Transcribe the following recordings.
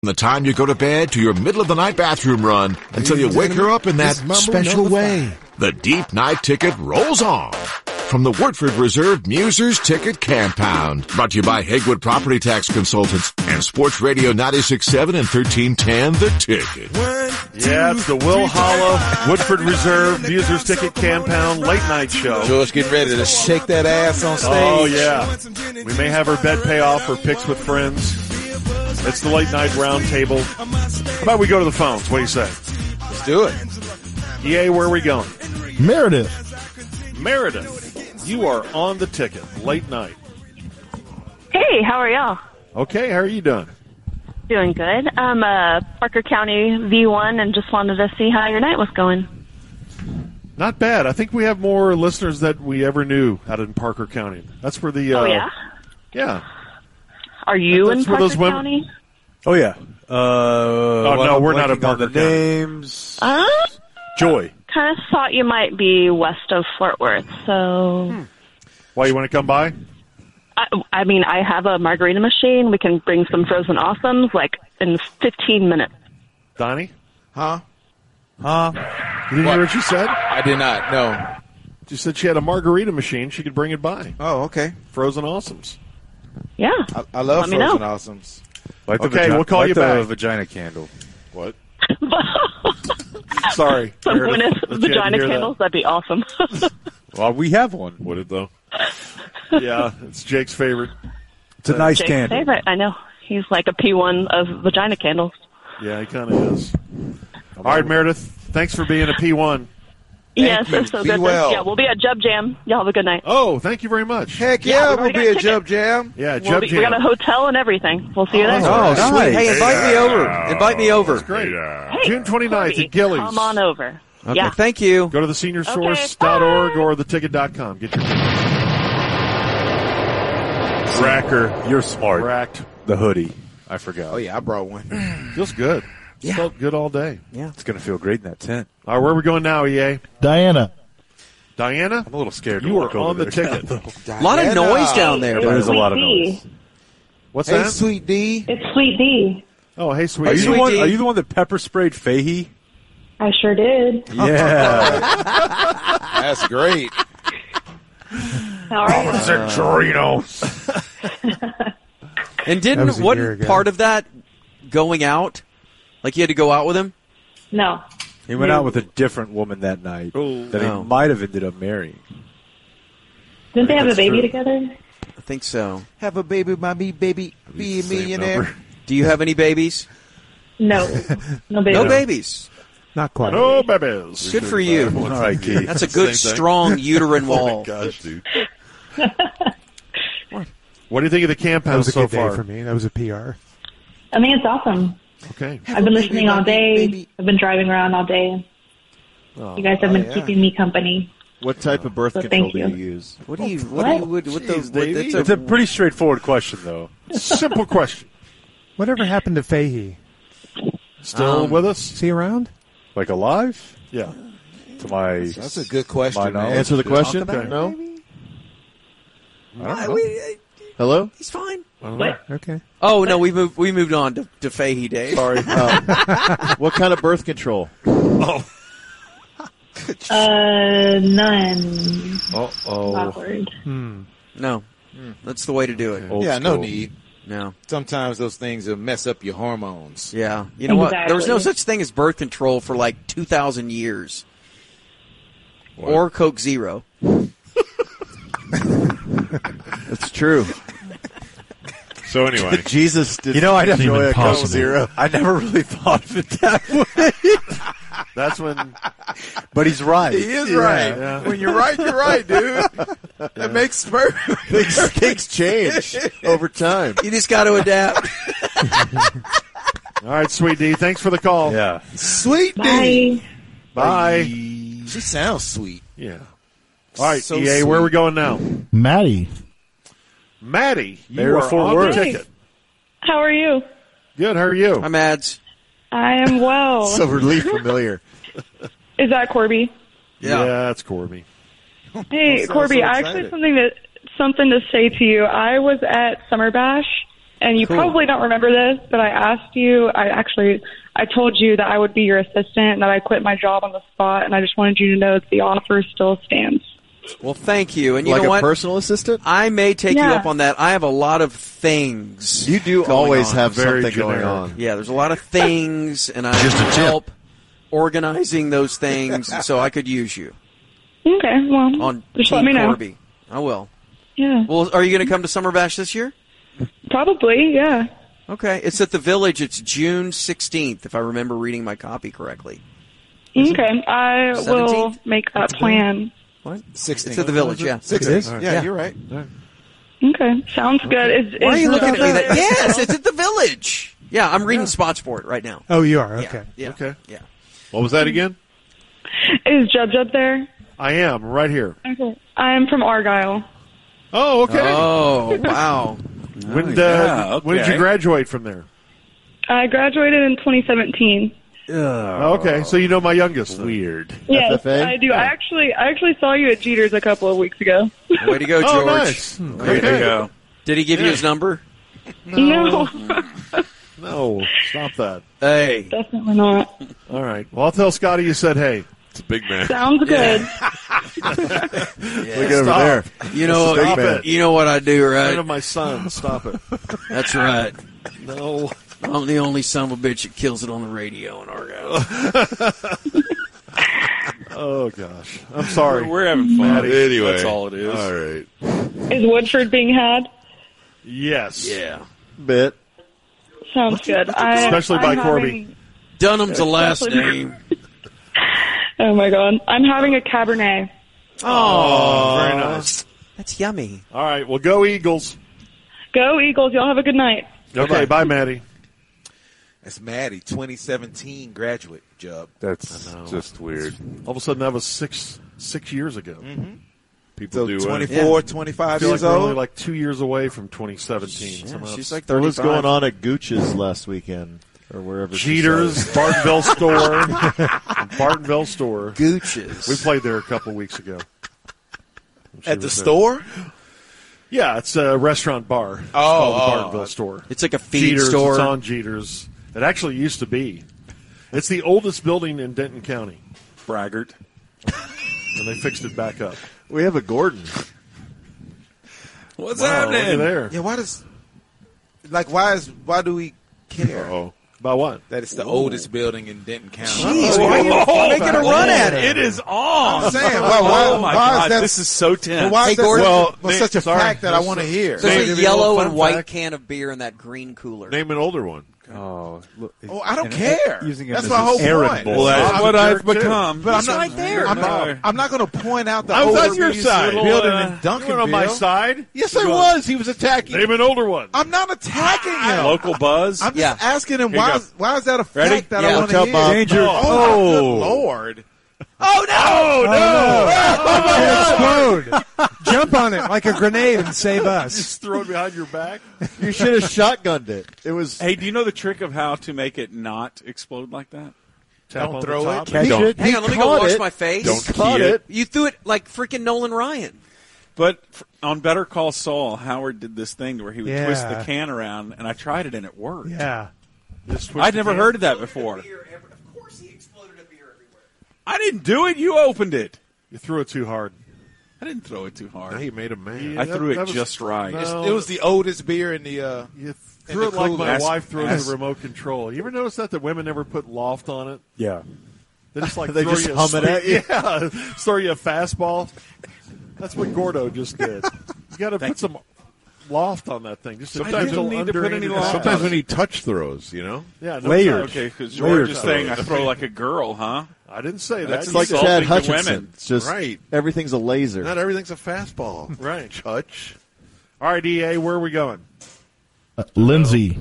From the time you go to bed to your middle of the night bathroom run until you Ladies and wake her gentlemen, up in that this is Mambo special number way. The deep night ticket rolls on. From the Wartford Reserve Musers Ticket Compound. Brought to you by Hagwood Property Tax Consultants and Sports Radio 96.7 and 1310 The Ticket. Yeah, it's the Will Hollow Woodford Reserve Musers Ticket Compound Late Night Show. George, get ready to shake that ass on stage. Oh yeah, we may have our bet payoff for picks with friends. It's the late night roundtable. How about we go to the phones? What do you say? Let's do it. EA, where are we going? Meredith. Meredith, you are on the ticket late night. Hey, how are y'all? Okay, how are you doing? Doing good. I'm uh, Parker County V1 and just wanted to see how your night was going. Not bad. I think we have more listeners that we ever knew out in Parker County. That's where the uh, oh, yeah? yeah. Are you in that's where Parker those women- County? Oh yeah. Uh, oh no, we're not at Parker the County. names. Uh, Joy. kind of thought you might be west of Fort Worth, so. Why you want to come by? I, I mean, I have a margarita machine. We can bring some frozen awesomes like in 15 minutes. Donnie? Huh? You didn't hear what you said? I did not. No. She said she had a margarita machine. She could bring it by. Oh, okay. Frozen awesomes. Yeah. I, I love Let me frozen know. awesomes. Like the Okay, vagi- we'll call like you the back. Vagina candle. What? Sorry. Some Meredith, Gwyneth let you vagina hear that. candles. That'd be awesome. Well, we have one. Would it though? Yeah, it's Jake's favorite. Uh, It's a nice Jake's candle. favorite. I know. He's like a P1 of vagina candles. Yeah, he kind of is. All right, Meredith. Thanks for being a P1. yes, you. they're so Be good. well. Yeah, we'll be at Jub Jam. Y'all have a good night. Oh, thank you very much. Heck Yeah, yeah, we've we'll already be a got Jub Jam. Yeah, We'll Jeb be- Jam. we got a hotel and everything. We'll see you there. Oh, sweet. Hey, invite me over. Invite me over. Great. Hey, June 29th Corey, at Gillies. Come on over. Okay, yeah. thank you. Go to theseniorsource.org or theticket.com. Get your Racker, you're smart. racked. The hoodie. I forgot. Oh yeah, I brought one. Feels good. Yeah. Felt good all day. Yeah. It's gonna feel great in that tent. All right, where are we going now, EA? Diana. Diana? I'm a little scared. to You walk are over on the there. ticket. A lot of noise down there. There is a Sweet lot of D. noise. What's Hey, that? sweet D. It's Sweet D. Oh, hey, Are sweetie. you, the Sweet one, D. are you the one that pepper sprayed Fahey? I sure did. Yeah. That's great. All right. Officer Uh, Chorinos. And That was didn't a year what ago. part of that going out? Like you had to go out with him? No. He went out with a different woman that night that he Oh. might have ended up marrying. Didn't they have That's a baby true. together? I think so. Have a baby, mommy, baby, be a Same millionaire. number. Do you have any babies? No. No baby. No babies. Not quite. No babies. Good for you. All right, Keith. That's a good strong Oh uterine wall. Oh Gosh, dude. What do you think of the camp That house was a so good day far? for me. That was a PR. I think it's awesome. Okay. I've been listening all day. I've been driving around all day. you guys have been yeah. keeping me company. What type of birth Well, control thank do you you. use? What do you what do you what, what the Jeez, what, Davey. It's that's a pretty straightforward question, though. Simple question. Whatever happened to Fahey? Still Um, with us? Is he around? Like alive? Yeah. To my That's a good question. My man. knowledge. Answer the question? Talk about it, No? maybe? I don't know. we- Hello. he's fine. Okay. Oh no, we moved we moved on to, to Fahey Day. Sorry. what kind of birth control? Uh, none. Uh oh. Awkward. Hmm. Hmm. No. That's the way to do it. Old Yeah, no school. need. No. Sometimes those things will mess up your hormones. Yeah. You know what? There was no Exactly. such thing as birth control for like 2000 years. Or Coke Zero. That's true. So anyway. Jesus did. You know, I Seem never, impossible. Zero. I never really thought of it that way. That's when But he's right. He is right. yeah. When you're right, you're right, dude. That makes perfect. Things, things change over time. You just got to adapt. All right, sweet D, thanks for the call. Yeah. Sweet D. Bye. Bye. She sounds sweet. Yeah. All right, So EA, sweet. where are we going now? Maddie. Maddie, you Mayor of are Fort on Worth. the ticket. How are you? Good, how are you? I'm ads. I am well. Oh. So relief familiar. Is that Corby? Yeah. that's Corby. Hey, so Corby, I excited. actually have something that something to say to you. I was at Summer Bash and you Cool. probably don't remember this, but I asked you. I actually, I told you that I would be your assistant, and that I quit my job on the spot, and I just wanted you to know that the offer still stands. Well, thank you. And you Like know a what? personal assistant? I may take you Yeah. up on that. I have a lot of things. You do always have something going on. Yeah, there's a lot of things, and I Just a help organizing those things, and so I could use you Okay, well, on just let Team me know. Corby. I will. Yeah, Well, are you going to come to Summer Bash this year? probably. Yeah. Okay, it's at the Village. It's June 16th, if I remember reading my copy correctly. Okay, I will 17th? make that That's good. plan. What? 16. It's at the Village, yeah. Six It is? Yeah, Yeah. you're right. Okay, sounds good. Is, Why are is you looking at the- me? That yes, it's at the Village. Yeah, I'm reading spots for it right now. Oh, you are okay. Yeah. Okay. Yeah. What was that again? Is Jub Jub there? I am right here. Okay. I'm from Argyle. Oh, okay. Oh, wow. When, uh, yeah, when did okay. you graduate from there? I graduated in 2017. Oh, Okay, so you know my youngest. Weird. Yes, I do. Oh. I actually, I actually saw you at Jeter's a couple of weeks ago. Way to go, George. Oh, nice. Way to go. Did he give you his number? No. No, stop that. Hey. Definitely not. All right. Well, I'll tell Scotty you said hey. It's a big man. Sounds good. Look over Stop. there. You know, Stop you, it. you know what I do, Friend right? of my son. Stop it. That's right. No. I'm the only son of a bitch that kills it on the radio in Argyle. Oh gosh. I'm sorry. We're having fun. Maddie. Anyway. That's all it is. All right. Is Woodford being had? Yes. Yeah. Bit. Sounds good. I, Especially by I'm Corby. Dunham's the last Especially- name. having- oh my god, I'm having a Cabernet. Oh, very nice. That's yummy. All right. Well, go Eagles. Go Eagles! Y'all have a good night. Okay. Bye, Maddie. That's Maddie, 2017 graduate job. That's just weird. All of a sudden, that was six six years ago. People do. uh, 24, 25 I feel like years we're only old. like two years away from 2017. Yeah, Somehow she's like What was 35. going on at Gooch's last weekend or wherever? she Jeter's said Bartonville store. Bartonville store. Gooches. We played there a couple weeks ago. She At the was there. store? Yeah, it's a restaurant bar. It's Oh, called the oh. Bartonville store. It's like a feed Jeter's, store. It's on Jeter's. It actually used to be. It's the oldest building in Denton County, braggart. and they fixed it back up. it. We have a Gordon. What's Wow, look at happening? there. Yeah, why does like why is why do we care Oh, by what? that it's the oldest building in Denton County? Oh, Jeez, why are you making a run at it? It is on. I'm saying, why- why- oh my why is God, that- this is so But tense. why Hey, is that Gordon. such, Well, well, Nate, such a sorry. fact that I want to hear? So There's a Name- yellow fun and white fact. can of beer in that green cooler. Name an older one. Oh, look, Oh, I And, don't uh, care. using him That's as my his whole errand point. boy. Well, that's I'm- what a I've jerk, too. become. But I'm He's not right there. I'm No. not, I'm not going to point out the I was older on your piece side. of building in You You were on my Duncanville. side. Yes, I was. He was attacking. Name an older one. I'm not attacking him. Local buzz. I'm just Yeah. asking him Here you why go. is, why is that a fact Ready? that Yeah, I want to tell hear? Bob. Danger. Oh, Oh. my good lord! Oh no! Oh no! It'll explode. Jump on it like a grenade and save us. Just throw it behind your back. You should have shotgunned it. It was. Hey, do you know the trick of how to make it not explode like that? Tap Don't on the throw top. it. He Don't. should- Hang he on, let me go caught wash it. my face. He Don't caught key it. it. You threw it like freaking Nolan Ryan. But f- on Better Call Saul, Howard did this thing where he would twist Yeah. the can around, and I tried it and it worked. Yeah. Just twist I'd the never can. heard of that before. Of course he exploded a beer everywhere. I didn't do it. You opened it. You threw it too hard. I didn't throw it too hard. Now you made a man. I That- threw it that was- just right. No, It was the oldest beer in the. Uh, You the threw it like my cooler. wife throws That's- the remote control. You ever notice that that women never put loft on it? Yeah. They just like They throw just you a hum it at you? Yeah, throw you a fastball. That's what Gordo just did. You got to put some loft on that thing. Just Sometimes a gentle you don't need to put any underhanded loft. pass. Sometimes we need touch throws, you know. yeah, no Layers. touch. Okay, because Layered George is saying I photos. throw like a girl, huh? I didn't say that. That's It's You like said- Insulting Chad to women. Hutchinson. It's just Right. everything's a laser. everything's a fastball. right. Touch. All right, EA, where are we going? Lindsay.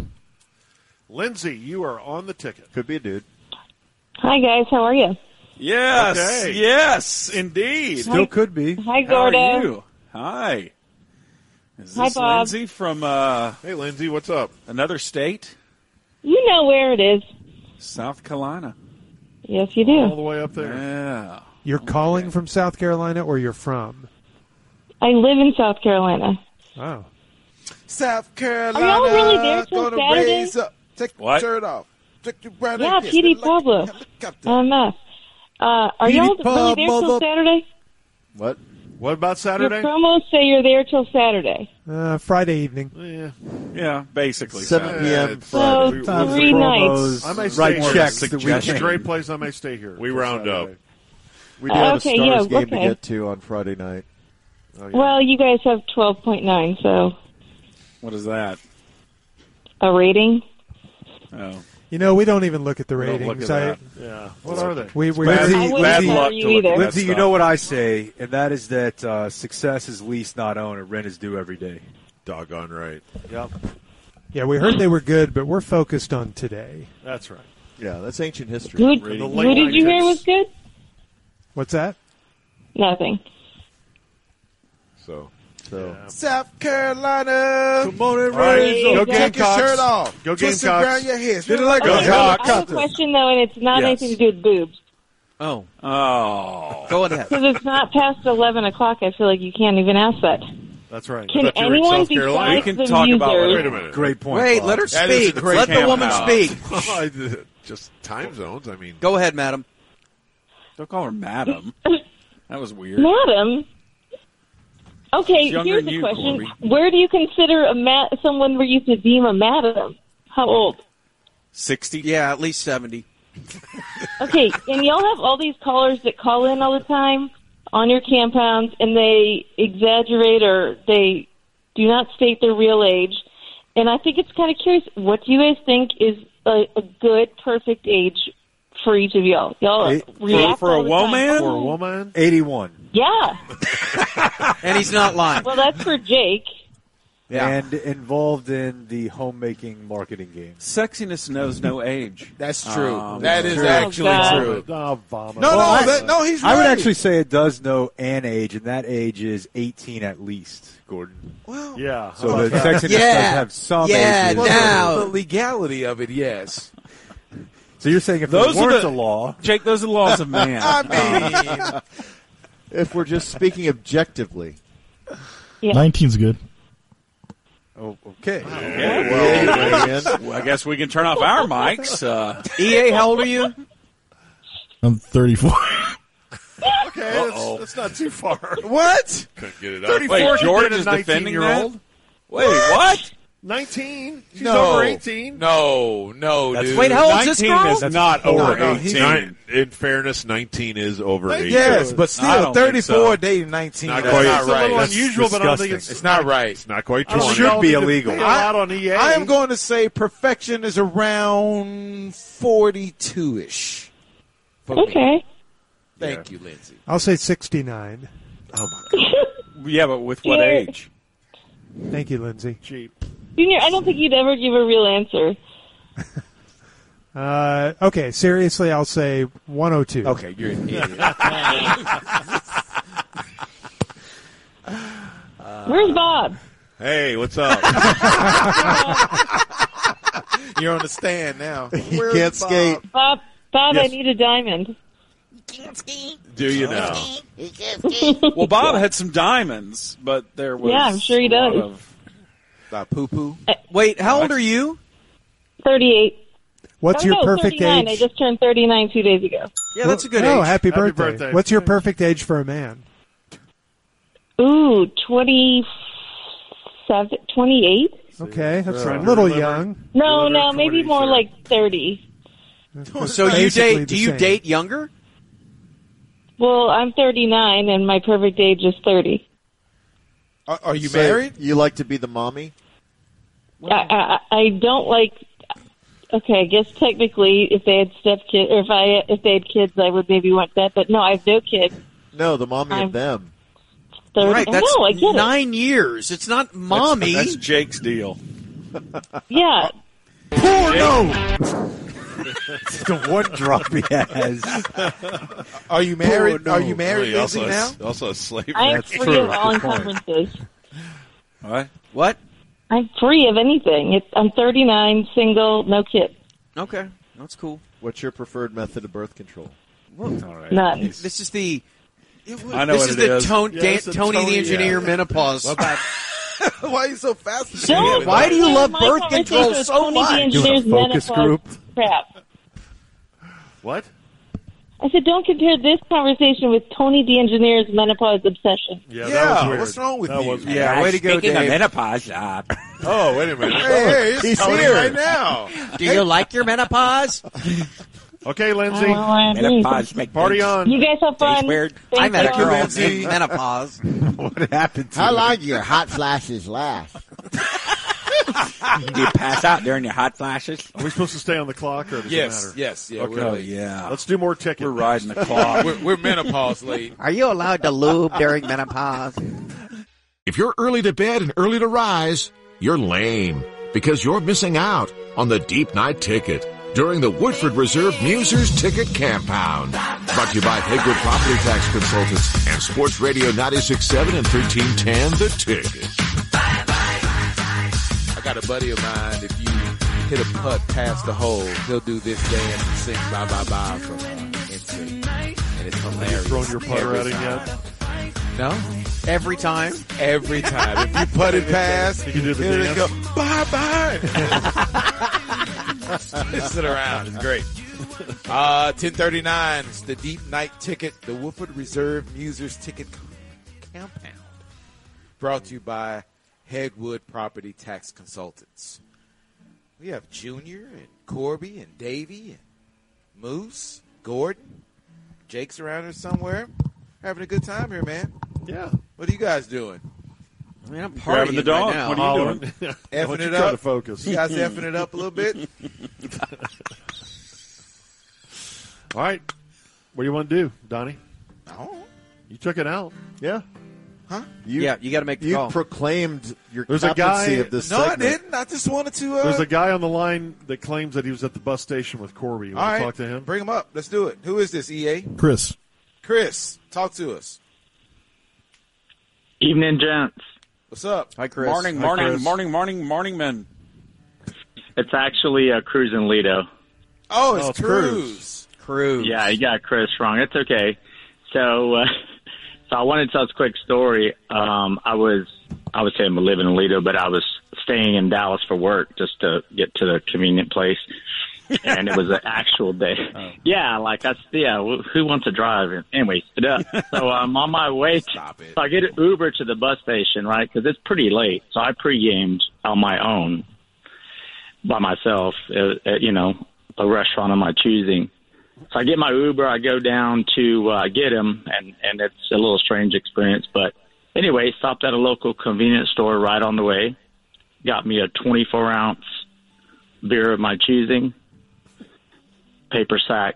Lindsay, you are on the ticket. Could be a dude. Hi guys, how are you? Yes. Okay. Yes, indeed. Hi, could be. hi How Gordo. are you? Hi. Is Hi, this Bob. Lindsay from uh, Hey, Lindsay, what's up? another state? You know where it is. South Carolina. Yes, you All do. the way up there. Yeah. You're calling from South Carolina, or you're from? Oh. I live in South Carolina. Wow. South Carolina. y'all really there till gonna Saturday? raise up. Take your What? shirt off. Take your brother. Yeah, Petey Pablo. I know. Uh, are Petey y'all really there Pablo. till Saturday? What? What about Your promos say you're there till Saturday. Oh, Uh, Friday evening. Yeah, basically. 7 so. p.m. it's Friday. So, three We- we- the promos, I might stay write here. checks that we Suggestion. can't- Great place. I may stay here. We round up. We do have Okay, a Stars yeah, game okay. to get to on Friday night. Well, you guys have 12.9, so What is that? a rating. Oh. You know, we don't even look at the We don't ratings. look I, at that. Yeah. What are they? We, It's we, bad- Lindsay- bad Lindsay- luck to look at that Lindsay, you stuff. know what I say, and that is that uh, success is lease, not own, and rent is due every day. Doggone right. Yep. Yeah, we heard they were good, but we're focused on today. That's right. Yeah, that's ancient history. Who, The who late did you hear 90s. was good? What's that? Nothing. So, so South Carolina. Come on and raise up. Go Take your Gamecocks. shirt off. Go Twist it Gamecocks. around your head. Okay, I have- I have a question though, and it's not Yes. anything to do with boobs Oh. Oh. Go ahead. because it's not past eleven o'clock. I feel like you can't even ask that. That's right. Can anyone besides We can the talk about users- Wait a minute. Great point. Wait, Bob. let her That is a speak. great Let the camp woman out. speak. Just time zones. I mean, Go ahead, madam. Don't call her madam. That was weird. Madam. Okay, She's younger here's than a you, question: Corby. Where do you consider a ma- someone we used to deem a madam? How old? 60? Yeah, at least 70. Okay, and y'all have all these callers that call in all the time on your compounds, and they exaggerate or they do not state their real age. And I think it's kind of curious. What do you guys think is a, a good, perfect age for each of y'all? Y'all Eight- react all the time. For a woman? 81. Yeah. And he's not lying. Well, that's for Jake. And involved in the homemaking marketing game. Sexiness knows no age. Um, That's true. That is actually true. Oh, vomit. No, no, that- no, he's I would right. actually say it does know an age, and that age is 18 at least, Gordon. Well, yeah. So the sex industry does have some age. Well, the legality of it, yes. So you're saying if Those there are weren't the- a law, Jake, those are the laws of man. I mean, if we're just speaking objectively, Nineteen's good. Oh, okay. Okay, Yeah, well, you I guess- I guess we can turn off our mics. Uh, EA, how old are you? I'm 34. okay, that's, that's not too far. What? Couldn't get it out. 34 Wait, could George get a is 19 defending year that? old? Wait, what? 19? She's no. over 18. No, no, dude. is not over No, no, 18. he's- Nine- in fairness, 19 is over 18. Yes, but I still, don't think 34 so. dating 19. Not That's quite. not It's a little right. That's unusual, but I don't think it's- disgusting. it's not right. It's not quite I don't 20. think Should be it's illegal. allowed on E EA. I am going to say perfection is around 42 ish. Okay. Thank you, Lindsay. I'll say 69. Oh, my yeah, but with what Junior- age? Thank you, Lindsay. Junior, I don't think you'd ever give a real answer. Uh, okay, seriously, I'll say 102. Okay, you're an idiot. Where's Bob? Hey, what's up? You're on the stand now. He Where's can't skate. Bob, Bob, I Yes. need a diamond. Do you now? Well, Bob had some diamonds, but there was. Yeah, I'm sure he a lot does. Of, poo poo. Wait, how old are you? 38. What's Oh, your no, perfect 39. I age? just turned 39 two days ago. Yeah, that's a good no, age. happy, Happy birthday. birthday. What's your perfect age for a man? Ooh, 27, 28? Okay, that's Uh, a little deliver- young. No, Deliver no, maybe 28, more sure. like 30. So you Basically date? the Do you same. date younger? Well, I'm 39, and my perfect age is 30. Are, are you So married? You like to be the mommy? I, I, I don't like. Okay, I guess technically, if they had stepkids, or if I if they had kids, I would maybe want that. But no, I have no kids. No, the mommy I'm- of them. 30. Right, I that's know, I get it. nine years. It's not mommy. That's Jake's deal. Yeah, Porno! It's Oh, the one drop he has. Are you married? no. Are you married, Really, Lindsay, also, now? a- also a slave. I am That's free true. of all Good point. encumbrances. What? What? I'm free of anything. It's, I'm 39, single, no kids, Okay, that's cool. What's your preferred method of birth control? All right. none. This is the. I know this what is it the is. Tone- Yeah, Dan- it's the Tony Tony- the engineer yeah. menopause. Why are you so fast? Don't Why do you compare love my birth conversation control with so Tony the much? Engineer's Doing a focus menopause group? Crap. What? I said, don't compare this conversation with Tony the Engineer's menopause obsession. Yeah, Yeah, that was weird. what's wrong with that you? Was weird. Yeah, way to go, Speaking of Dave. menopause, uh, Oh, wait a minute. Hey, hey, it's He's Tony here. right now. do you like your menopause? Okay, Lindsay. I don't know what Oh, I mean. menopause, make Party on. You guys have fun. Taste weird. Thank I met a you. girl Lindsay. named menopause. what happened to How you? long do your hot flashes last? Do you pass out during your hot flashes? Are we supposed to stay on the clock, or does Yes, it matter? yes, yeah, Okay. we're late. Yeah. Let's do more tickets. We're riding the we're, we're menopause late. Are you allowed to lube during menopause? If you're early to bed and early to rise, you're lame because you're missing out on the deep night ticket during the Woodford Reserve Musers Ticket Campound. Brought to you by Hager Property Tax Consultants and Sports Radio 967 and 1310 The Ticket. I got a buddy of mine. If you hit a putt past the hole, he'll do this dance and sing "Bye Bye Bye" from uh, NSYNC, and it's hilarious. thrown your putter at him yet? No, Every time? every time. If you put it past, You can do the it'll dance. go bye bye. Sit around. It's great. Uh, 1039. It's the deep night ticket, the Woodford Reserve Musers Ticket Compound. Brought to you by Headwood Property Tax Consultants. We have Junior and Corby and Davy and Moose, Gordon. Jake's around here somewhere. Having a good time here, man. Yeah. What are you guys doing? I mean, I'm Grabbing the partying dog. Right now. What are you doing? Why effing don't you it try up. to focus. You guys effing it up a little bit. All right. What do you want to do, Donnie? Oh, You took it out. Yeah. Huh? You, yeah, you got to make the You call. proclaimed your There's a captaincy guy- of this no, I segment. didn't. I just wanted to. Uh, There's a guy on the line that claims that he was at the bus station with Corby. You all want right, to talk to him? Bring him up. Let's do it. Who is this? EA Chris. Chris, talk to us. Evening, gents. What's up? Hi, Chris. Morning, Hi, morning, Chris. morning, morning, morning, men. It's actually uh, Cruz and Lido. Oh, it's, Oh, it's Cruz. Cruise. Yeah, you got Chris wrong. It's okay. So, uh, so I wanted to tell this quick story. Um, I was, I would say I'm living in Lido, but I was staying in Dallas for work just to get to the convenient place. and it was an actual day. Oh. Yeah, like I yeah, wh- who wants to drive? Anyway, sit up. So I'm on my way. To, Stop it. So I get an Uber to the bus station, right? Because it's pretty late. So I pre-gamed on my own, by myself, at, at, you know, a restaurant of my choosing. So I get my Uber. I go down to uh, get him, and and it's a little strange experience, but anyway, stopped at a local convenience store right on the way. Got me a 24 ounce beer of my choosing, paper sack.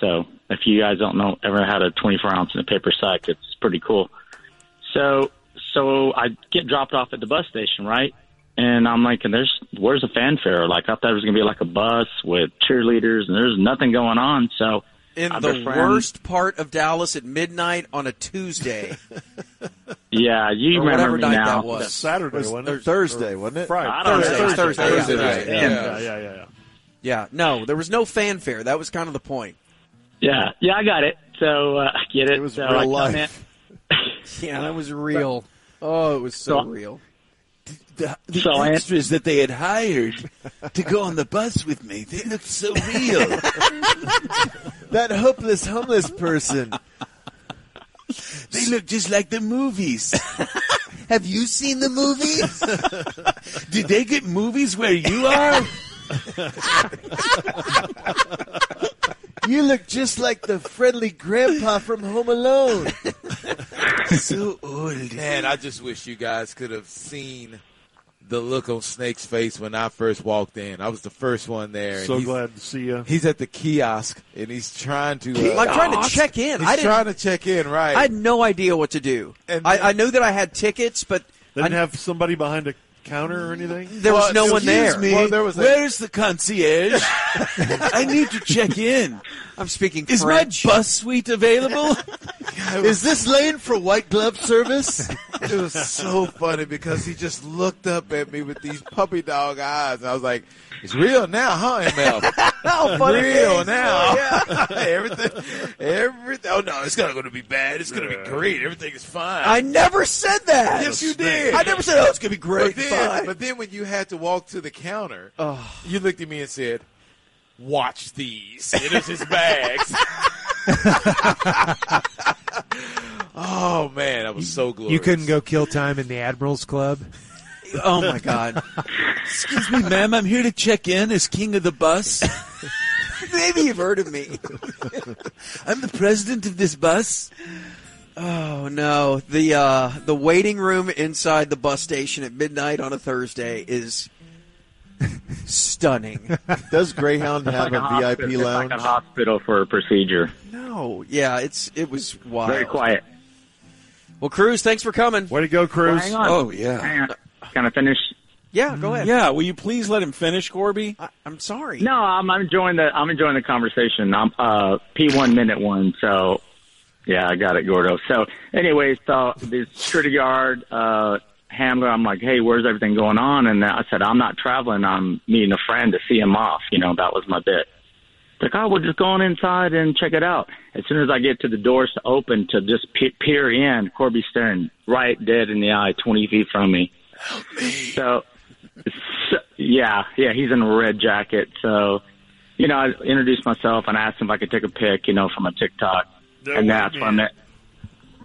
So if you guys don't know ever had a 24 ounce in a paper sack, it's pretty cool. So so I get dropped off at the bus station, right? And I'm like, and there's where's the fanfare? Like I thought it was gonna be like a bus with cheerleaders, and there's nothing going on. So In I the befriend- worst part of Dallas at midnight on a Tuesday. yeah, you or remember whatever me night now. that was. Saturday, Was wasn't Thur- it? Thursday, wasn't it? Friday. I don't Thursday. know. Thursday. Thursday. Thursday yeah. Yeah. night, yeah. Yeah, yeah, yeah. yeah. Yeah. No, there was no fanfare. That was kind of the point. Yeah, yeah, I got it. So uh, I get it. It was so real I come life. in- Yeah, that was real. Oh, it was so real. the, the So I- extras that they had hired to go on the bus with me. They looked so real. That hopeless homeless person. they look just like the movies. Have you seen the movies? Did they get movies where you are? you look just like the friendly grandpa from Home Alone. so old. Man, I just wish you guys could have seen the look on Snake's face when I first walked in. I was the first one there. and So he's- glad to see you. He's at the kiosk and he's trying to. Uh, Like trying to check in. He's I didn't. trying to check in, right? I had no idea what to do. And then- I, I knew that I had tickets, but They didn't I- have somebody behind a counter or anything? there Well, was no one Excuse there. me. Well, there was a- Where's the concierge? I need to check in. I'm speaking Is French. my bus suite available? Is this lane for white glove service? it was so funny because he just looked up at me with these puppy dog eyes, and I was like, "It's real now, huh, ML? How funny it real is. now? Yeah. everything, everything. Oh no, it's not going to be bad. It's going to be great. Everything is fine. I never said that. Yes, you did. I never said, oh, it's going to be great. But then, fine. but then when you had to walk to the counter, Oh. you looked at me and said, "Watch these." It is his bags. oh man, that was so glorious. You couldn't go kill time in the Admirals Club. Oh, my God. Excuse me, ma'am. I'm here to check in as king of the bus. Maybe you've heard of me. I'm the president of this bus. Oh no, the uh, the waiting room inside the bus station at midnight on a Thursday is stunning. Does Greyhound It's have like a a hospital- VIP it's lounge? like a hospital for a procedure. No, yeah, it's it was wild. Very quiet. Well, Cruz, thanks for coming. Way to go, Cruz. hang on. Oh yeah. Hang on. Can I finish? Yeah, go ahead. Yeah, will you please let him finish, Corby? I, I'm sorry. No, I'm, I'm enjoying the I'm enjoying the conversation. I'm uh, P1 minute one, so yeah, I got it, Gordo. So, anyways, so the security guard uh, handler, I'm like, hey, where's everything going on? And I said, I'm not traveling. I'm meeting a friend to see him off. You know, that was my bit. Like, oh, we're just going inside and check it out. As soon as I get to the doors to open to just pe- peer in, Corby's staring right dead in the eye, 20 feet from me. So, so, yeah, yeah, he's in a red jacket. So, you know, I introduced myself and asked him if I could take a pic, you know, from a TikTok. and that's when I met.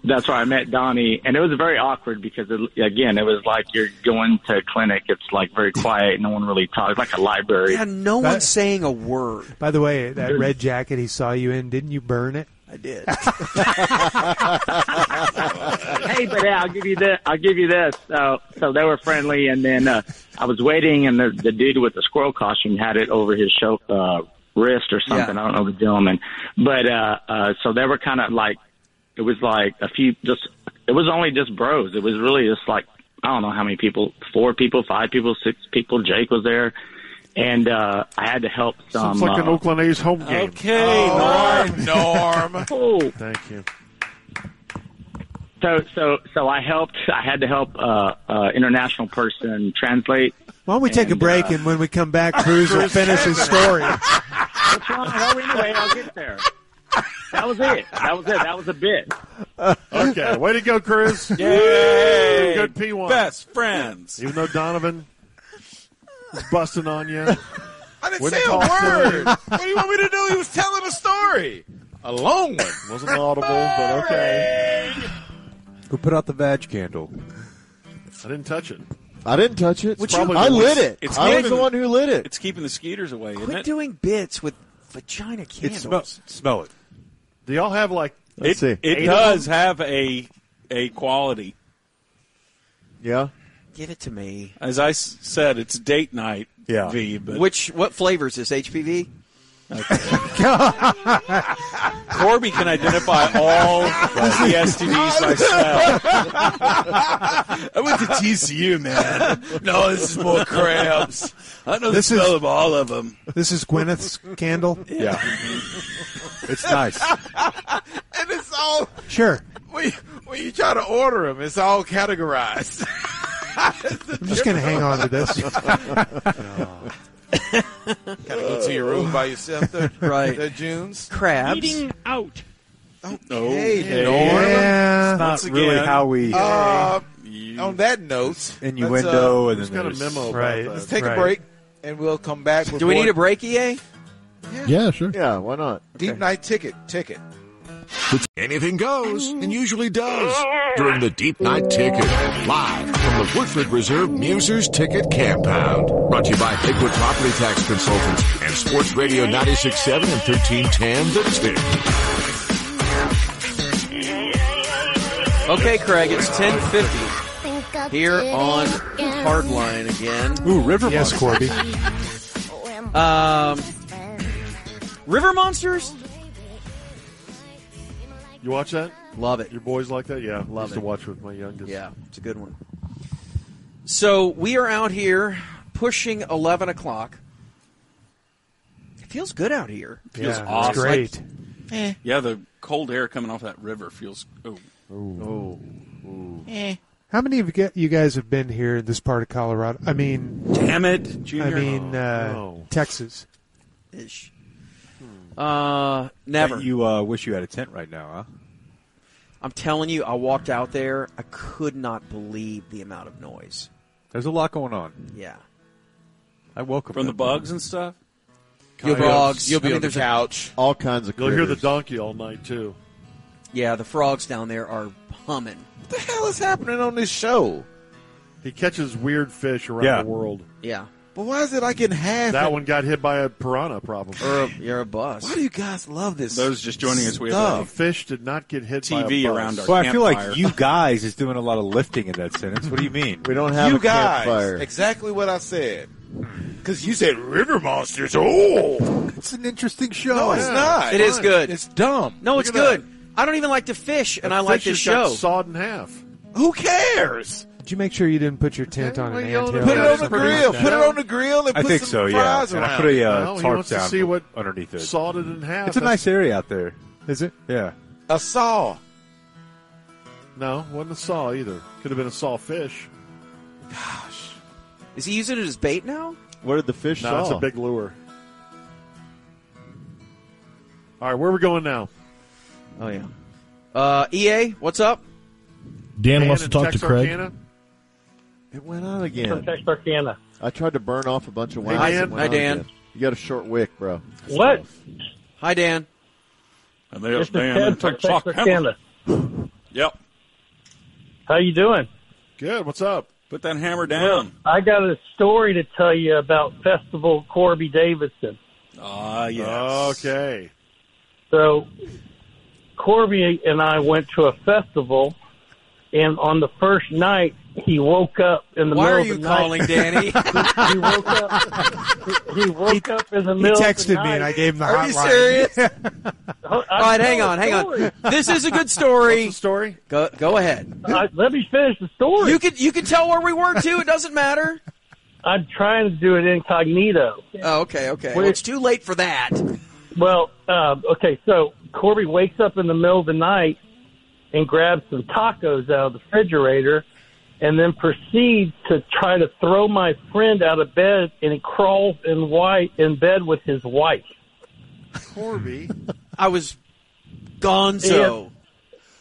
That's where I met Donnie, and it was very awkward because it, again, it was like you're going to a clinic. It's like very quiet. No one really talks. It's like a library. Yeah, no That- one's saying a word. By the way, that red jacket he saw you in, didn't you burn it? I did. hey, but yeah, I'll give you this. I'll give you this. So, so they were friendly, and then uh, I was waiting, and the, the dude with the squirrel costume had it over his sho uh, wrist or something. I don't know the gentleman, but uh, uh, so they were kind of like it was like a few just it was only just bros. It was really just like I don't know how many people, four people, five people, six people. Jake was there. And uh, I had to help some. Sounds like an uh, Oakland A's home game. Oh. Okay, Norm. Norm. Oh. Thank you. so so so I helped. I had to help uh, uh, international person translate. Why don't we take a And, break uh, and when we come back, Cruz will finish his story. What's wrong? Well, anyway, I'll get there. That was it. That was it. That was a bit. Okay, way to go, Cruz. Yay. Good P1. Best friends. Even though Donovan is busting on you. I didn't Wouldn't say a talk to word. him. what do you want me to do? He was telling a story. A long one. Wasn't audible, but okay. Who put out the vag candle? I didn't touch it. I didn't touch it. Would you- I lit it's- it. it's I was keeping- the one who lit it. It's keeping the skeeters away, isn't Quit it? doing bits with vagina It candles. smells. Smell it. Do y'all have like? It, it does have a a quality. Yeah. Give it to me. As I s- said, it's date night. Yeah. V, but Which what flavors is HPV? Corby can identify all the STDs by smell. I went to TCU, man. No, this is more crabs. I know This the is- smell of all of them. This is Gwyneth's candle. Yeah. it's nice. And it's all Sure. when you, when you try to order them, it's all categorized. I'm just going to hang on to this. Gotta go to your room by yourself, there, Right. there, Junes. Crabs. Eating out. No, Hey, Norm. Yeah. It's not really how we Uh, on that note, let's, uh, innuendo and Who's then got a there's- memo? About Right. that? Let's take Right. a break, and we'll come back. with Do we more need a break, EA? Yeah, sure. Yeah, why not? Deep night ticket. Ticket. Anything goes, and usually does, during the Deep Night Ticket, live from the Woodford Reserve Musers Ticket Compound. Brought to you by Higwood Property Tax Consultants and Sports Radio 96.7 and 1310 The Tick. Okay, Craig, it's 1050 here on Hardline again. Ooh, River Yes, Corby. Um, River Monsters? You watch that? Love it. Your boys like that? Yeah. Love used it. to watch with my youngest. Yeah, it's a good one. So we are out here pushing 11 o'clock. It feels good out here. Feels Yeah, awesome. it's great. Yeah, the cold air coming off that river feels. Oh, Oh. How many of you get- you guys have been here in this part of Colorado? I mean, Damn it, Junior. I mean, Oh, uh, no. Texas. Ish. Uh, never. Bet you uh, wish you had a tent right now, huh? I'm telling you, I walked out there. I could not believe the amount of noise. There's a lot going on. Yeah. I welcome From the that. bugs and stuff? You'll be- frogs. you'll be I mean, on the there's a- couch. All kinds of You'll hear the critters. donkey all night too. Yeah, the frogs down there are humming. What the hell is happening on this show? He catches weird fish around Yeah. the world. Yeah. But why is it I can have That one got hit by a piranha, probably. Or a, you're a bus. Why do you guys love this? Those just joining us, we have stuff. a- fish did not get hit by a TV bus. around our Well, I feel like campfire. you guys is doing a lot of lifting in that sentence. What do you mean? We don't you guys, exactly what I said. Because you said river monsters. Oh, it's an interesting show. No, it's not. It is good. It's dumb. No, Look it's at that. good. I don't even like to fish, and That I like fish this just got show. Sawed in half. Who cares? Did you make sure you didn't put your tent on an yelling anthill? about or it. Put it on the something like grill. that? Put it on the grill and I put think some so, yeah. fries And I around put a uh, it. tarp he wants to down see what underneath it. Sawed it in half. it's a That's- nice area out there. Is it? Yeah. A saw. No, wasn't a saw either. Could have been a sawfish. Is he using it as bait now? What did the fish No, saw? it's a big lure. All right, where are we going now? Oh yeah. Uh, EA, what's up? Dan, Dan wants to in talk to Craig. Texarkana? It went on again. From Texarkana. I tried to burn off a bunch of Hey, wires. Dan. It went Hi, on Dan. again. You got a short wick, bro. What? Hi, Dan. And there's This is Ted from Texarkana. Yep. How you doing? Good. What's up? Put that hammer down. I got a story to tell you about Festival Corby Davidson. Ah, yes. Okay. So Corby and I went to a festival, and on the first night he woke up in the Why middle are of the you night. calling, Danny? he woke up. He, he woke up in the he middle. texted of the me, and night. I gave him the Are you hotline. serious? Oh, All All right, hang on, hang on. This is a good story. story? Go, go ahead. let me finish the story. You can you can tell where we were too. It doesn't matter. I'm trying to do it incognito. Oh, okay, okay. Well, Wait. it's too late for that. Well, um, okay, so Corby wakes up in the middle of the night and grabs some tacos out of the refrigerator and then proceeds to try to throw my friend out of bed and he crawls in white in bed with his wife. Corby. I was gonzo.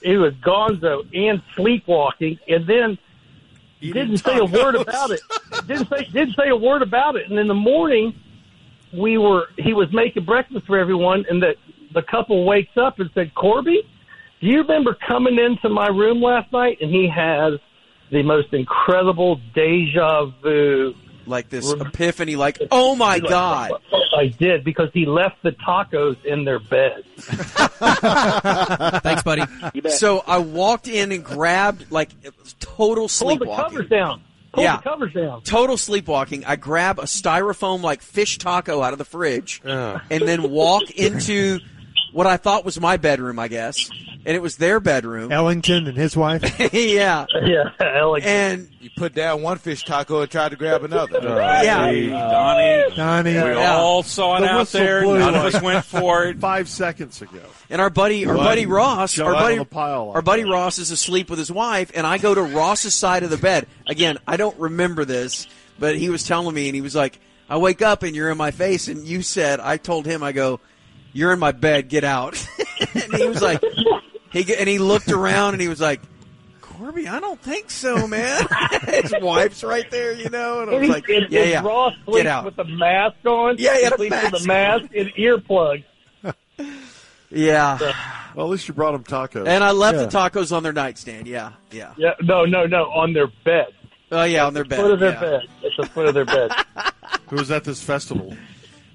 He was gonzo and sleepwalking and then didn't say a word about it. didn't say didn't say a word about it. And in the morning, we were he was making breakfast for everyone, and the the couple wakes up and said, "Corby, do you remember coming into my room last night?" And he has the most incredible deja vu. Like this epiphany, like, oh my God. I did because he left the tacos in their bed. Thanks, buddy. So I walked in and grabbed like total Pull the sleepwalking. covers down. Pull Yeah. the covers down. Total sleepwalking. I grab a styrofoam like fish taco out of the fridge and then walk into what I thought was my bedroom, I guess. And it was their bedroom. Ellington and his wife. yeah. Yeah, Alex. And You put down one fish taco and tried to grab another. Yeah. Hey, Uh, Donnie. Donnie. We all saw it The out whistle there. blew None like of us went for it. Five seconds ago. And our buddy, our Right. buddy Ross, Jump our out buddy, on the pile like our buddy Ross is asleep with his wife, and I go to Ross's side of the bed. Again, I don't remember this, but he was telling me, and he was like, "I wake up and you're in my face," and you said, "I told him, I go, you're in my bed, get out," and he was like, he g- and he looked around and he was like. Corby, I don't think so, man. His wife's right there, you know. And I And was he- like, and- "Yeah, and yeah, Raw get sleeps out." with a mask on. Yeah, he had a sleeps with mask a mask and earplugs. Yeah, Well, at least you brought him tacos. and I left the tacos on their nightstand. Yeah, yeah, Yeah, no, no, no, on their bed. oh yeah, on their bed. foot of their yeah. bed. It's the foot of their bed. Who was at this festival?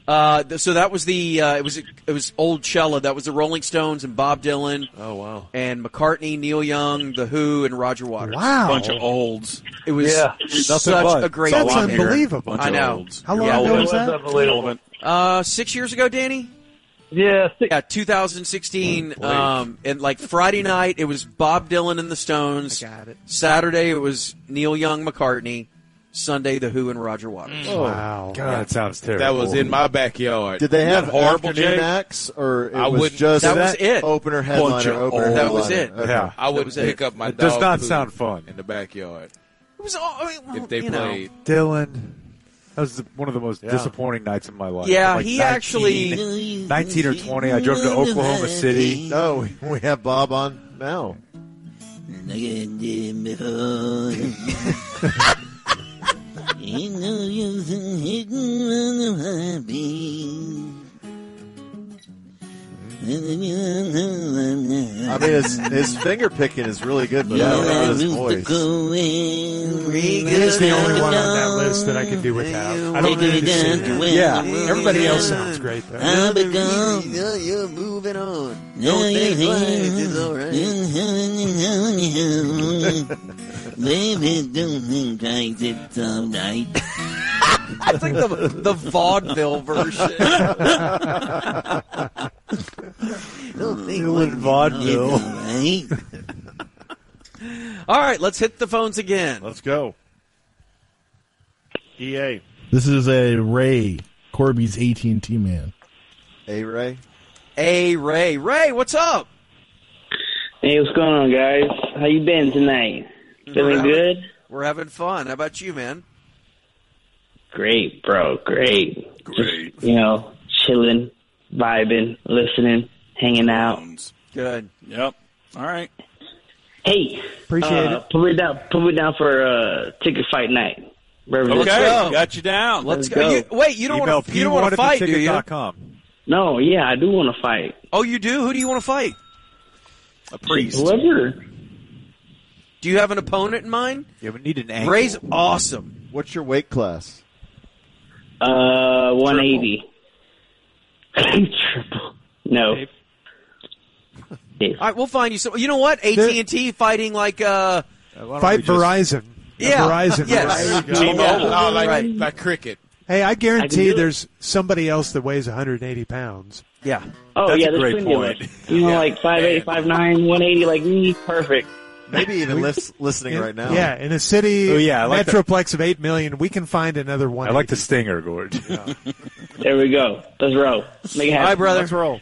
Uh, th- so that was the uh, it was it was old cello. That was the Rolling Stones and Bob Dylan. Oh wow! And McCartney, Neil Young, The Who, and Roger Waters. Wow. Bunch of olds. It was Yeah. such but. a great. That's event. unbelievable. I know. How long Yeah. ago was That's that? unbelievable. Uh, six years ago, Danny. Yeah, six, Yeah, 2016. um, and like Friday night, it was Bob Dylan and the Stones. I got it. Saturday, it was Neil Young, McCartney. Sunday, The Who and Roger Waters. Oh, Wow. God, that sounds That was in my backyard. Did they Isn't that have horrible afternoon Jake? acts, or it I was wouldn't- just That was it. Opener headliner, Bunch of opener old- headliner? That was it. Okay. Yeah. I wouldn't That was pick up my It does dog not food sound fun. in the backyard. It was all, I mean, well, If they you know. played- Dylan. That was the, one of the most disappointing nights of my life. Yeah, Like he 19 actually- 19 or 20. I drove to Oklahoma City. No, we have Bob on now. I mean, his, his finger picking is really good, but I don't know his voice. He's the only one on that list that I can do without. I don't need to see him. Yeah. everybody else sounds great though. I'll be gone. Yeah, you're moving on. No, thanks, you Ryan, ain't. it's all right. Baby, don't think I did tonight. That's like the, the vaudeville version. Don't think Dylan Vaudeville. Right. All right, let's hit the phones again. Let's go. E EA. This is a Ray Corby's AT and T man. Hey, Ray. Hey, Ray. Ray, what's up? Hey, what's going on, guys? How you been tonight? Feeling good? We're having fun. How about you, man? Great, bro. Great. Great. you know, chilling, vibing, listening, hanging out. Good. Yep. All right. Hey, Appreciate uh, Put me down. Put me down for uh, ticket fight night. Beverly Okay, Hills. got you down. Let's go. You- wait, you don't Email want to you don't want to fight, do you? No, yeah, I do want to fight. Oh, you do. Who do you want to fight? A priest. Whoever. Do you have an opponent in mind? Yeah, we need an angle. Ray's awesome. What's your weight class? Uh, one eighty. Triple. No. All right, we'll find you some. You know what? AT and T fighting like uh, Fight Verizon. Yeah. Verizon. Yes. versus- No, Oh, like, Right. like cricket. Hey, I I can guarantee do it. there's somebody else that weighs 180 pounds. Yeah. Oh That's yeah, a there's great plenty of point. us. You know, like five eight, five nine, one eighty, like me, perfect. Maybe even list, listening right now. Yeah, in a city Oh, yeah, I like that. metroplex of 8 million, we can find another one. I like the stinger, Gord. There we go. Let's roll. Make it happen. All right, brother. Let's roll.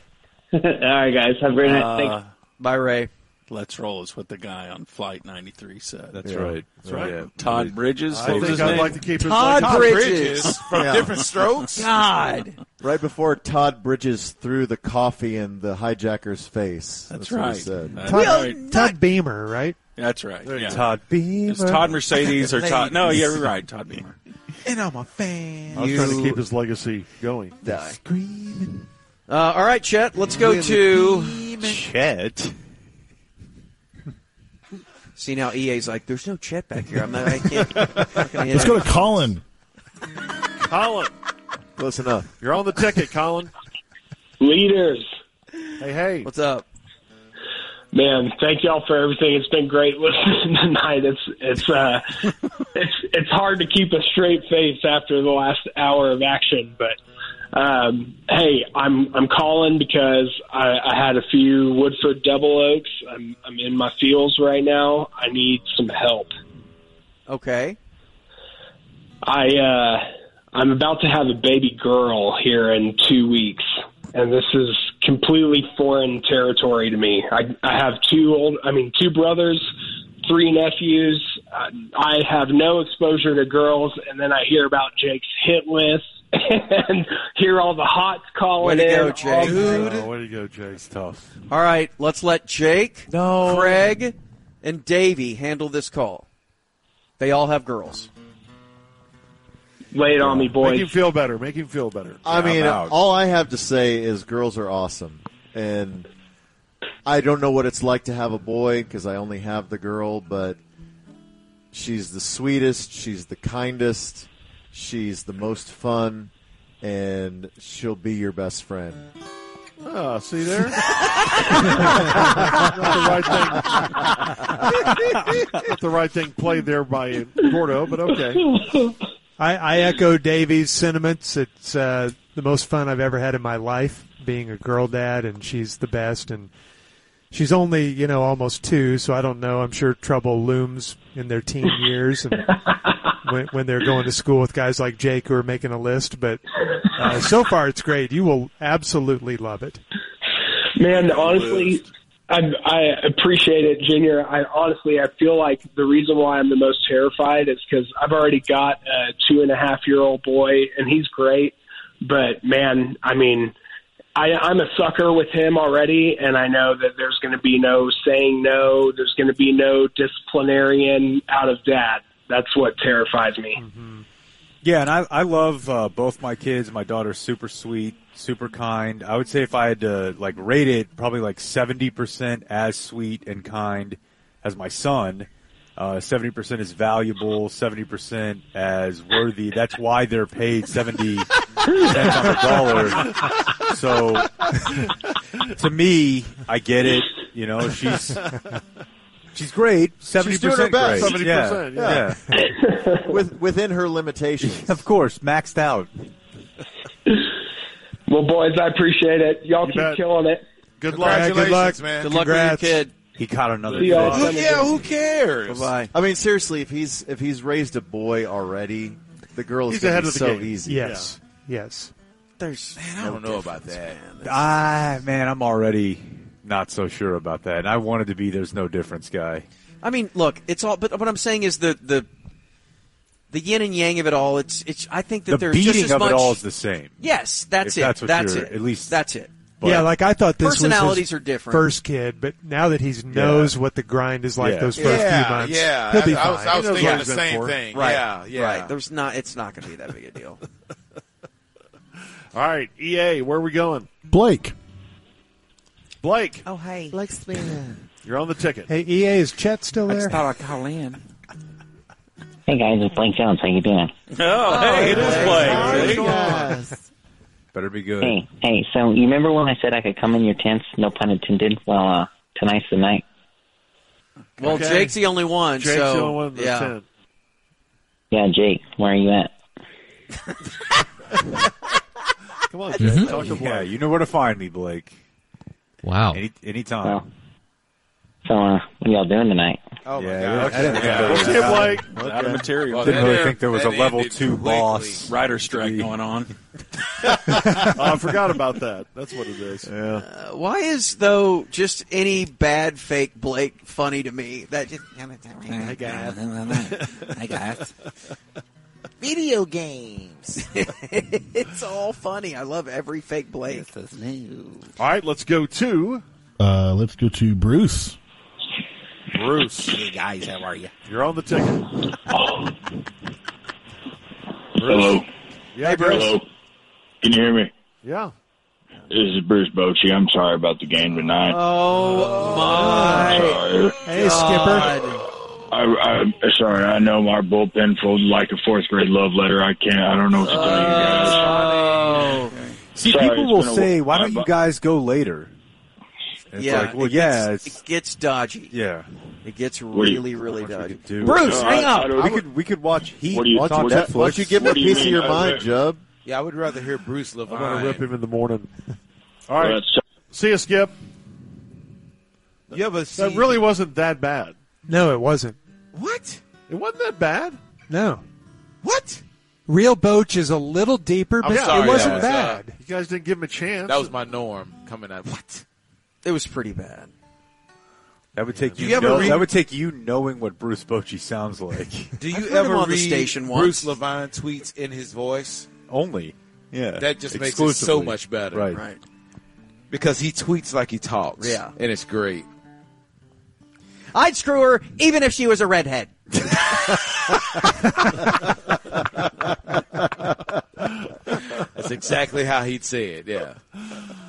All right, guys. Have a great night. Uh, Thanks. Bye, Ray. Let's roll is what the guy on Flight 93 said. That's Yeah. right. That's right. Todd Bridges. I what was think his I'd name? like to keep it Todd like- Bridges. from Different Strokes? God. Right before Todd Bridges threw the coffee in the hijacker's face. That's, what right. he said. That's Well, right. Todd Beamer, right? That's right. Yeah. Todd Beamer. It's Todd Mercedes or Todd. No, yeah, you're right. Todd Beamer. And I'm a fan. I was trying to keep his legacy going. Uh, all right, Chet. Let's go to Chet. See now, EA's like, there's no Chet back here. I'm not. I can't. Let's go to Colin. Colin. Listen up. You're on the ticket, Colin. Leaders. Hey, hey. What's up? Man, thank y'all for everything. It's been great listening tonight. It's it's uh it's it's hard to keep a straight face after the last hour of action, but um, hey, I'm I'm calling because I, I had a few Woodford double oaks. I'm I'm in my fields right now. I need some help. Okay. I uh, I'm about to have a baby girl here in two weeks, and this is completely foreign territory to me. I I have two old, I mean, two brothers, three nephews. I, I have no exposure to girls, and then I hear about Jake's hit list and hear all the hots calling Way to in. go, all Jake. the- Oh, way to go, Jay. It's tough. All right, let's let Jake, Craig, and Davey handle this call. They all have girls. Lay it on me, Make him feel better. Make him feel better. I mean, I'm out. all I have to say is girls are awesome, and I don't know what it's like to have a boy because I only have the girl, but she's the sweetest, she's the kindest, she's the most fun, and she'll be your best friend. Ah, see there? Not the right thing. Not the right thing played there by Gordo, but okay. I, I echo Davey's sentiments. It's uh, the most fun I've ever had in my life being a girl dad, and she's the best. And she's only, you know, almost two, so I don't know. I'm sure trouble looms in their teen years. And when, when they're going to school with guys like Jake who are making a list. But uh, so far, it's great. You will absolutely love it. Man, honestly, I, I appreciate it, Junior. I honestly, I feel like the reason why I'm the most terrified is because I've already got a two and a half year old boy, and he's great. But man, I mean, I, I'm a sucker with him already, and I know that there's going to be no saying no. There's going to be no disciplinarian out of that. That's what terrifies me. Yeah, and I, I love uh, both my kids. My daughter's super sweet, super kind. I would say if I had to like rate it, probably like seventy percent as sweet and kind as my son. uh, Seventy percent is valuable. Seventy percent as worthy. That's why they're paid seventy cents on the dollar. So, to me, I get it. You know, she's she's great. Seventy She's doing her percent great. best. 70%, yeah. With, within her limitations. Of course, maxed out. Well, boys, I appreciate it. Y'all keep bet. killing it. Good luck. Yeah, good luck. Congratulations, man. Good luck with your Congrats. kid. He caught another kid. yeah, who cares? Bye. I mean, seriously, if he's if he's raised a boy already, the girl is He's gonna ahead be of the so game. easy. Yes. Yes. There's man, I don't know about that. Ah, man, I'm already not so sure about that. And I wanted to be there's no difference guy. I mean, look, it's all. But what I'm saying is the the the yin and yang of it all. It's it's. I think that The there's just beating as of much, it all is the same. Yes, If that's it. that's what that's you're- it. at least- that's it. yeah, like I thought this was personalities his are different. First kid, but now that he knows what the grind is like Yeah. those first Yeah, few months, yeah. he'll be I- I was- fine. I was He knows thinking what the he's in same for. thing. Right. Yeah, yeah. Right. There's not. It's not going to be that big a deal. All right, EA, where are we going? Blake. Blake, Oh, hey. Blake Spina. you're on the ticket. Hey, EA, is Chet still there? thought I'd call in. Hey guys, it's Blake Jones. How you doing? Oh, hey, it is Blake. Better be good. Hey, hey. So you remember when I said I could come in your tents? No pun intended. Well, uh, tonight's the night. Well, Okay. Jake's the only one. Jake's so the only one that's yeah. in. Yeah, Jake, where are you at? Come on, Jay. Mhm. Talk to Blake. Mm-hmm. Yeah, you know where to find me, Blake. Wow. Any anytime. Well, so uh, what are y'all doing tonight? Oh my yeah, God. I didn't Okay. think there was- Okay, Blake. Out of Okay. material. Well, Didn't that really end- think there was that a level ended two quickly. boss. rider strike going on. I forgot about that. That's what it is. Yeah. Uh, why is though just any bad fake Blake funny to me? That just I got I got Video games. it's all funny. I love every fake Blake. All right, let's go to Uh, let's go to Bruce. Bruce. Hey guys, how are you? You're on the ticket. Hello. Yeah, Hey, Bruce. Hello. Can you hear me? Yeah. This is Bruce Bochy. I'm sorry about the game tonight. Oh my! Hey, Skipper. I, I, sorry, I know my bullpen folded like a fourth grade love letter. I can't. I don't know what to tell you guys. Oh. See, Sorry, people it's will been a say, wh- "Why don't you guys go later?" It's yeah, like, well, it yeah, gets, it's- it gets dodgy. Yeah, it gets What do you- really, really dodgy. do. Bruce, No, hang I- up. I don't- We could- we could watch Heat What do you- on what do you- Netflix. why don't you give him a What do you piece of mean your out of mind, it? Jub? Yeah, I would rather hear Bruce Levine. I'm going to rip him in the morning. All right. See you, Skip. Yeah, but that really wasn't that bad. No, it wasn't. What? It wasn't that bad. No. What? Real Boach is a little deeper, but I'm sorry, it that wasn't was, bad. uh, you guys didn't give him a chance. That was my norm coming up. What? It was pretty bad. That would take Do you. you ever know- read- that would take you knowing what Bruce Bochy sounds like. Do you I've heard him ever on the read station Bruce once. Levine tweets in his voice? Only. Yeah. That just makes it so Exclusively. much better. Right. Right. Because he tweets like he talks. Yeah. And it's great. I'd screw her even if she was a redhead. That's exactly how he'd say it, yeah.